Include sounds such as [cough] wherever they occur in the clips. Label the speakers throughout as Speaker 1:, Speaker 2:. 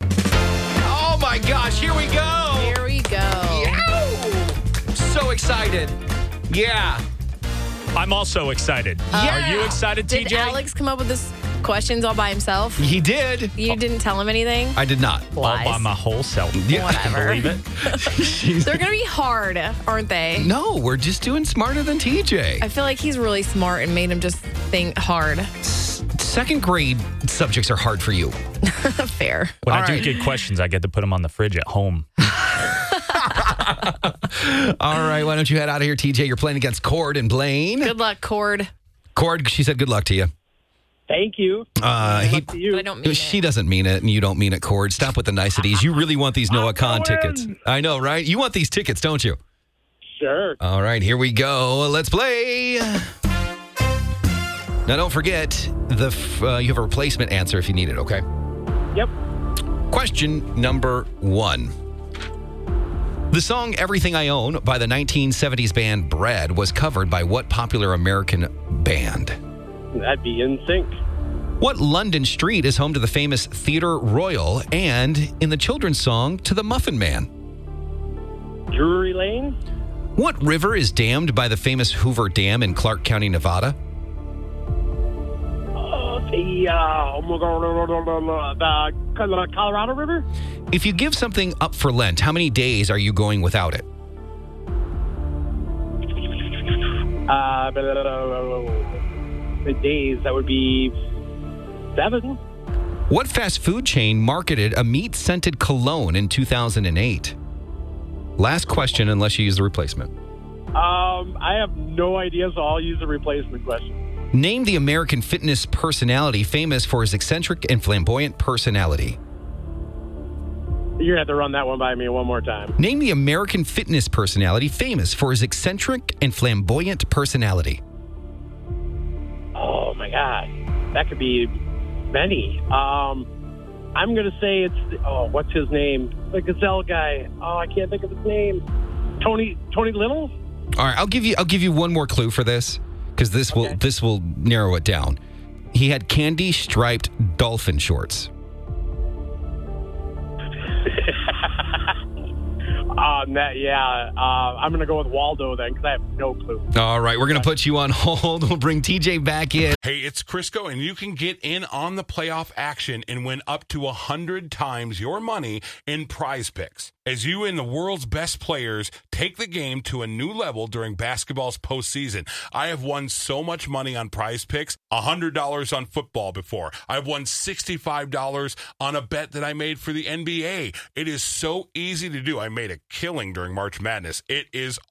Speaker 1: Oh excited. Yeah.
Speaker 2: I'm also excited. Are you excited,
Speaker 3: Did
Speaker 2: TJ?
Speaker 3: Alex come up with this questions all by himself?
Speaker 1: He did.
Speaker 3: You didn't tell him anything?
Speaker 1: I did not.
Speaker 2: All
Speaker 3: Lies.
Speaker 2: by my
Speaker 3: [laughs]
Speaker 2: whole self.
Speaker 1: Yeah.
Speaker 3: Whatever.
Speaker 2: Believe it.
Speaker 3: They're going to be hard, aren't they?
Speaker 1: No, we're just doing smarter than TJ.
Speaker 3: I feel like he's really smart and made him just think hard. [laughs]
Speaker 1: Second grade subjects are hard for you.
Speaker 3: Fair.
Speaker 2: When
Speaker 1: All
Speaker 2: I do
Speaker 1: right.
Speaker 2: get questions, I get to put them on the fridge at home.
Speaker 1: All right, why don't you head out of here, TJ? You're playing against Cord and Blaine.
Speaker 3: Good luck, Cord.
Speaker 1: Cord, she said good luck to you.
Speaker 4: Thank you.
Speaker 1: Uh, he,
Speaker 4: to
Speaker 3: But
Speaker 4: you.
Speaker 3: I don't mean
Speaker 1: she
Speaker 3: it.
Speaker 1: doesn't mean it, and you don't mean it, Cord. Stop with the niceties. You really want these Noah Khan
Speaker 3: [laughs]
Speaker 1: tickets. I know, right? You want these tickets, don't you?
Speaker 4: Sure.
Speaker 1: All right, here we go. Let's play. Now, don't forget the f- uh, you have a replacement answer if you need it. Okay.
Speaker 4: Yep.
Speaker 1: Question number one. The song Everything I Own by the 1970s band Bread was covered by what popular American band?
Speaker 4: That'd be in sync.
Speaker 1: What London street is home to the famous Theatre Royal and in the children's song To the Muffin Man?
Speaker 4: Drury Lane,
Speaker 1: What river is dammed by the famous Hoover Dam in Clark County, Nevada?
Speaker 4: uh, the, uh, oh my God, no, no, no, no, no, the Col- Colorado River,
Speaker 1: If you give something up for Lent, how many days are you going without it?
Speaker 4: uh, blah, blah, blah, blah, blah. the days, that would be seven.
Speaker 1: What fast food chain marketed a meat scented cologne in 2008? Last question, unless you use the replacement.
Speaker 4: Um, I have no idea, so I'll use the replacement question.
Speaker 1: Name the American fitness personality famous for his eccentric and flamboyant personality.
Speaker 4: You're going to have to run that one by me one more time.
Speaker 1: Name the American fitness personality famous for his eccentric and flamboyant personality.
Speaker 4: Oh my God. That could be many. Um, I'm going to say it's, the- oh, what's his name? The Gazelle guy. Oh, I can't think of his name. Tony, Tony Little?
Speaker 1: All right, I'll give you I'll give you one more clue for this because this will this will narrow it down. He had candy striped dolphin shorts.
Speaker 4: Um, that, yeah, uh, I'm going to go with Waldo then because I have no clue.
Speaker 1: All right, we're gonna put you on [laughs] hold. We'll bring TJ back in.
Speaker 5: Hey, it's Crisco, and you can get in on the playoff action and win up to 100 times your money in prize picks. As you and the world's best players take the game to a new level during basketball's postseason, I have won so much money on prize picks $100 on football before. I've won $65 on a bet that I made for the NBA. It is so easy to do. I made a killing during March Madness. It is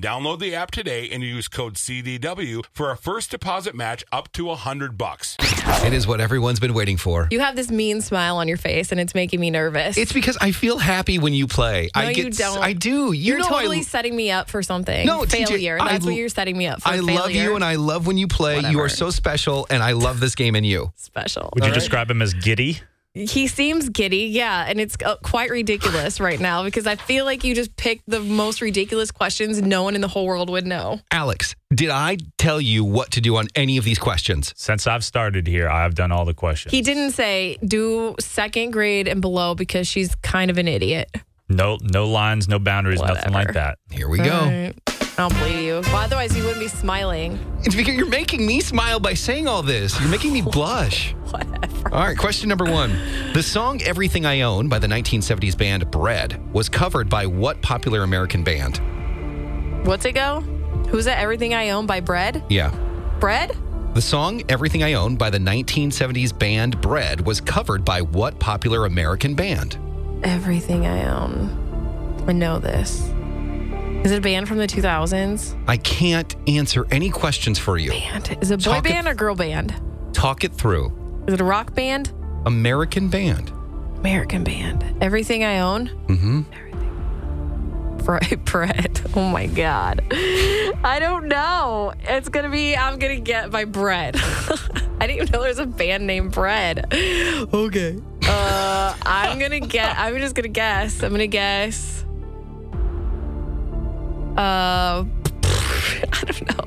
Speaker 5: download the app today and use code CDW for a first deposit match up to 100 bucks.
Speaker 1: It is what everyone's been waiting for.
Speaker 3: You have this mean smile on your face, and it's making me nervous.
Speaker 1: It's because I feel happy when you play.
Speaker 3: No,
Speaker 1: I get
Speaker 3: you
Speaker 1: s-
Speaker 3: don't.
Speaker 1: I do. You
Speaker 3: you're
Speaker 1: know I-
Speaker 3: totally setting me up for something.
Speaker 1: No, TJ,
Speaker 3: failure.
Speaker 1: I
Speaker 3: That's
Speaker 1: l-
Speaker 3: what you're setting me up for.
Speaker 1: I love you and I love when you play. You are
Speaker 3: Whatever.
Speaker 1: so special and I love this game in you.
Speaker 3: special.
Speaker 2: Would you describe him as giddy?
Speaker 3: He seems giddy, yeah, and it's uh, quite ridiculous right now because I feel like you just picked the most ridiculous questions no one in the whole world would know.
Speaker 1: Alex, did I tell you what to do on any of these questions?
Speaker 2: Since I've started here, I've done all the questions.
Speaker 3: He didn't say do second grade and below because she's kind of an idiot.
Speaker 2: no, no lines, no boundaries,
Speaker 3: Whatever.
Speaker 2: nothing like that.
Speaker 1: Here we go.
Speaker 3: I'll believe you. Well, otherwise, you wouldn't be smiling.
Speaker 1: It's because you're making me smile by saying all this. You're
Speaker 3: [laughs]
Speaker 1: making me blush. Whatever. All right, question number one. The song Everything I Own by the 1970s band Bread was covered by what popular American band?
Speaker 3: What's it go? Who's that? Everything I own by bread?
Speaker 1: Yeah.
Speaker 3: Bread?
Speaker 1: The song Everything I Own by the 1970s band Bread was covered by what popular American band?
Speaker 3: Everything I own. I know this. Is it a band from the 2000s?
Speaker 1: I can't answer any questions for you.
Speaker 3: Band. Is it a boy
Speaker 1: Talk it-
Speaker 3: band or girl band?
Speaker 1: Talk it through.
Speaker 3: Is it a rock band?
Speaker 1: American band.
Speaker 3: American band. Everything [laughs] I own? Mm hmm. Bread. Oh my God. I don't know. It's gonna be. I'm gonna get my bread. [laughs] I didn't even know there was a band named Bread. Okay. Uh, I'm gonna get. I'm just gonna guess. I'm gonna guess. Uh, [laughs] I don't know.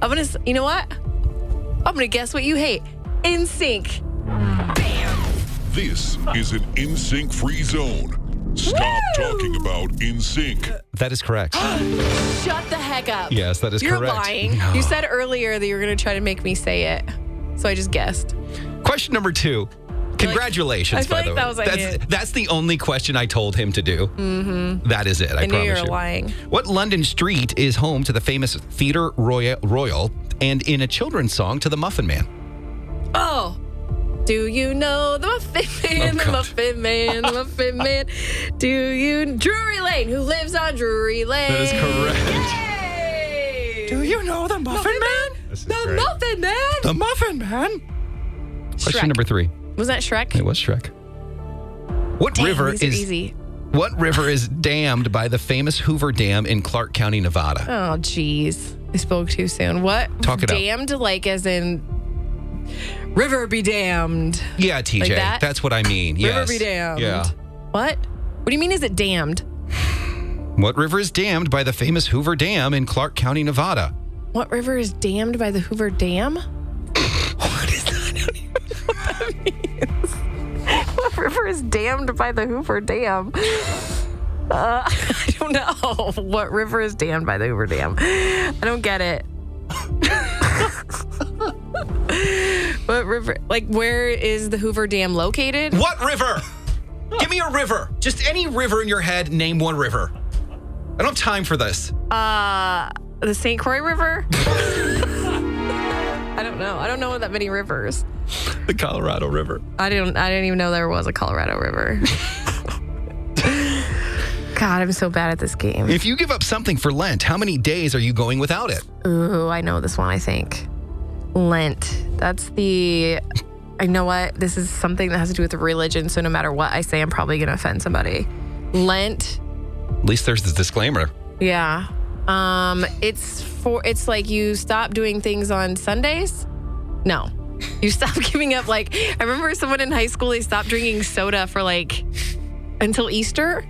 Speaker 3: I'm gonna. s- You know what? I'm gonna guess what you hate. In sync.
Speaker 6: This is an in sync free zone. Stop talking about in sync.
Speaker 1: That is
Speaker 3: [gasps]
Speaker 1: correct.
Speaker 3: Shut the heck up.
Speaker 1: Yes, that is
Speaker 3: You're
Speaker 1: correct.
Speaker 3: lying.
Speaker 1: [laughs]
Speaker 3: You said earlier that you were gonna try to make me say it, so I just guessed.
Speaker 1: Question number two. Congratulations,
Speaker 3: I feel
Speaker 1: by
Speaker 3: like
Speaker 1: the way.
Speaker 3: that was like
Speaker 1: that's,
Speaker 3: it.
Speaker 1: that's the only question I told him to do. Mm-hmm. is it. I,
Speaker 3: I knew
Speaker 1: promise
Speaker 3: you were
Speaker 1: you.
Speaker 3: lying.
Speaker 1: What London street is home to the famous Theatre Royal, Royal and in a children's song to the Muffin Man?
Speaker 3: Oh. Do you know the Muffin Man,
Speaker 1: [laughs] Oh,
Speaker 3: the
Speaker 1: God.
Speaker 3: Muffin Man,
Speaker 1: [laughs]
Speaker 3: the Muffin Man? Do you Drury Lane? Who lives on Drury Lane?
Speaker 1: That is correct.
Speaker 3: Yay!
Speaker 1: you know the Muffin Man?
Speaker 2: This is
Speaker 3: the
Speaker 2: great.
Speaker 3: Muffin Man.
Speaker 1: The Muffin Man? Oh, Question
Speaker 3: Shrek.
Speaker 1: number three.
Speaker 3: was that Shrek?
Speaker 1: It was Shrek. What
Speaker 3: Dang,
Speaker 1: river
Speaker 3: these
Speaker 1: is
Speaker 3: are easy.
Speaker 1: What river is dammed by the famous Hoover Dam in Clark County, Nevada?
Speaker 3: Oh, jeez, I spoke too soon. What?
Speaker 1: Talk it out.
Speaker 3: damned, like as in river be damned.
Speaker 1: Yeah, TJ.
Speaker 3: Like that?
Speaker 1: That's what I mean.
Speaker 3: River
Speaker 1: yes.
Speaker 3: be damned.
Speaker 1: Yeah.
Speaker 3: What? What do you mean? Is it damned?
Speaker 1: What river is dammed by the famous Hoover Dam in Clark County, Nevada?
Speaker 3: What river is dammed by the Hoover Dam? [laughs] what is that? I don't even know what that means. [laughs] What river is dammed by the Hoover Dam? Uh, [laughs] I don't know. What river is dammed by the Hoover Dam? I don't get it. [laughs] what river? Like, where is the Hoover Dam located?
Speaker 1: What
Speaker 3: [laughs]
Speaker 1: river? Give me a river. Just any river in your head, name one river. I don't have time for this.
Speaker 3: Uh, the St. Croix River? I don't know. I don't know that many rivers.
Speaker 1: The Colorado River.
Speaker 3: I didn't. I didn't even know there was a Colorado River. God, I'm so bad at this game.
Speaker 1: If you give up something for Lent, how many days are you going without it?
Speaker 3: Ooh, I know this one. I think Lent. That's the. I know what this is something that has to do with religion. So no matter what I say, I'm probably gonna offend somebody. Lent.
Speaker 1: At least there's the disclaimer.
Speaker 3: Yeah. Um. It's for. It's like you stop doing things on Sundays. No. You [laughs] stop giving up. Like I remember someone in high school. They stopped drinking soda for like until Easter.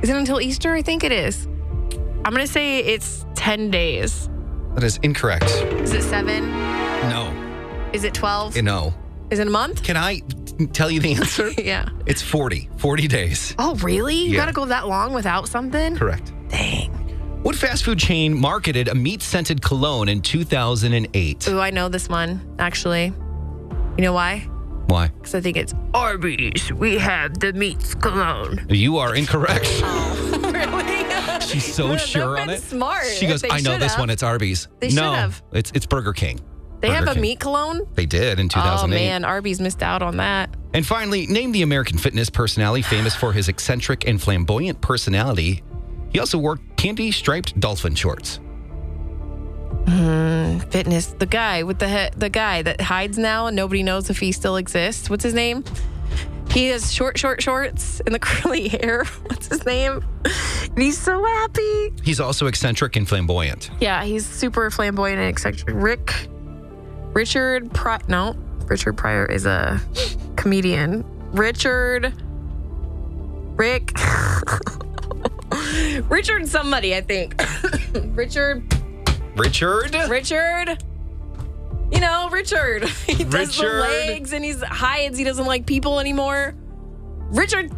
Speaker 3: Is it until Easter? I think it is. I'm gonna say it's ten days.
Speaker 1: That is incorrect.
Speaker 3: Is it seven?
Speaker 1: No.
Speaker 3: Is it twelve?
Speaker 1: No.
Speaker 3: is it a month? [laughs]
Speaker 1: Can I tell you the answer?
Speaker 3: Yeah.
Speaker 1: It's 40. 40 days.
Speaker 3: Oh really? You
Speaker 1: Yeah.
Speaker 3: gotta go that long without something?
Speaker 1: Correct.
Speaker 3: Dang.
Speaker 1: What fast food chain marketed a meat scented cologne in 2008?
Speaker 3: Ooh, I know this one actually. You know why?
Speaker 1: Why?
Speaker 3: Because I think it's Arby's. We have the meats cologne.
Speaker 1: You are incorrect.
Speaker 3: [laughs] really?
Speaker 1: She's so
Speaker 3: They've
Speaker 1: sure on
Speaker 3: been
Speaker 1: it.
Speaker 3: smart
Speaker 1: She
Speaker 3: if
Speaker 1: goes,
Speaker 3: they
Speaker 1: I know
Speaker 3: should
Speaker 1: this
Speaker 3: have."
Speaker 1: one. It's Arby's.
Speaker 3: They should
Speaker 1: no,
Speaker 3: have.
Speaker 1: It's it's Burger King.
Speaker 3: They have
Speaker 1: Burger
Speaker 3: a
Speaker 1: King.
Speaker 3: meat cologne?
Speaker 1: They did in
Speaker 3: Oh
Speaker 1: 2008.
Speaker 3: man, Arby's missed out on that.
Speaker 1: And finally, name the American fitness personality famous for his eccentric and flamboyant personality. He also wore candy striped dolphin shorts.
Speaker 3: Fitness, the guy with the he- the guy that hides now and nobody knows if he still exists. What's his name? He has short, short shorts and the [laughs] curly hair. What's his name? And he's so happy.
Speaker 1: He's also eccentric and flamboyant.
Speaker 3: Yeah, he's super flamboyant and eccentric. Rick, Richard Pryor. No, Richard Pryor is a comedian. Richard, Rick, [laughs] Richard somebody, I think. [coughs] Richard,
Speaker 1: Richard?
Speaker 3: Richard. You know, Richard. [laughs] He does
Speaker 1: Richard.
Speaker 3: the legs and he's hides. He doesn't like people anymore. Richard,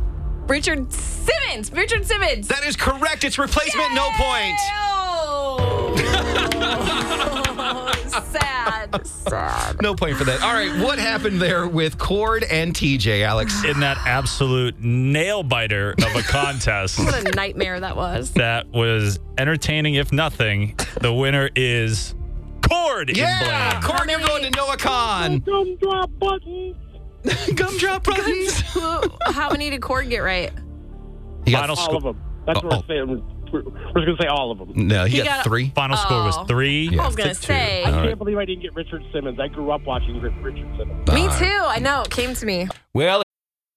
Speaker 3: Richard Simmons. Richard Simmons.
Speaker 1: That is correct. It's replacement, no point.
Speaker 3: Oh. [laughs] sad, sad.
Speaker 1: No point for that. All right, what happened there with Cord and TJ, Alex?
Speaker 2: [sighs] In that absolute nail biter of a
Speaker 3: [laughs]
Speaker 2: contest
Speaker 3: What a nightmare that was.
Speaker 2: that was entertaining, if nothing, the winner is Cord in
Speaker 1: Yeah,
Speaker 2: Blaine.
Speaker 1: Cord, you're going to
Speaker 4: [laughs]
Speaker 1: NoahCon.
Speaker 4: Dumb drop button.
Speaker 1: Gumdrop buttons.
Speaker 3: Who- How many did Cord get right?
Speaker 1: He got,
Speaker 2: Final,
Speaker 4: All of
Speaker 2: sco-
Speaker 4: them. That's
Speaker 1: Uh-oh.
Speaker 4: what I'm saying. We're, we're going to say all of them.
Speaker 1: no, he,
Speaker 3: He
Speaker 1: got,
Speaker 3: got-
Speaker 1: three.
Speaker 2: final score was
Speaker 3: Oh.
Speaker 2: three.
Speaker 1: Yeah.
Speaker 3: I was
Speaker 1: to
Speaker 3: gonna
Speaker 1: two.
Speaker 3: say.
Speaker 1: All
Speaker 4: I
Speaker 1: right.
Speaker 4: can't believe I didn't
Speaker 1: Uh,
Speaker 4: get Richard Simmons. I grew up watching Richard Simmons.
Speaker 3: Me
Speaker 1: All right.
Speaker 3: too. I know it came to me.
Speaker 1: Well,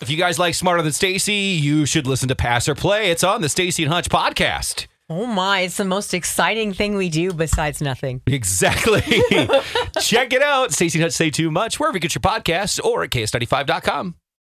Speaker 1: If you guys like Smarter Than Stacy, you should listen to Pass or Play. It's on the Stacy and Hutch podcast.
Speaker 7: Oh my, it's the most exciting thing we do besides nothing.
Speaker 1: Exactly. Check it out. Stacy and Hutch say too much wherever you get your podcasts or at ks95.com.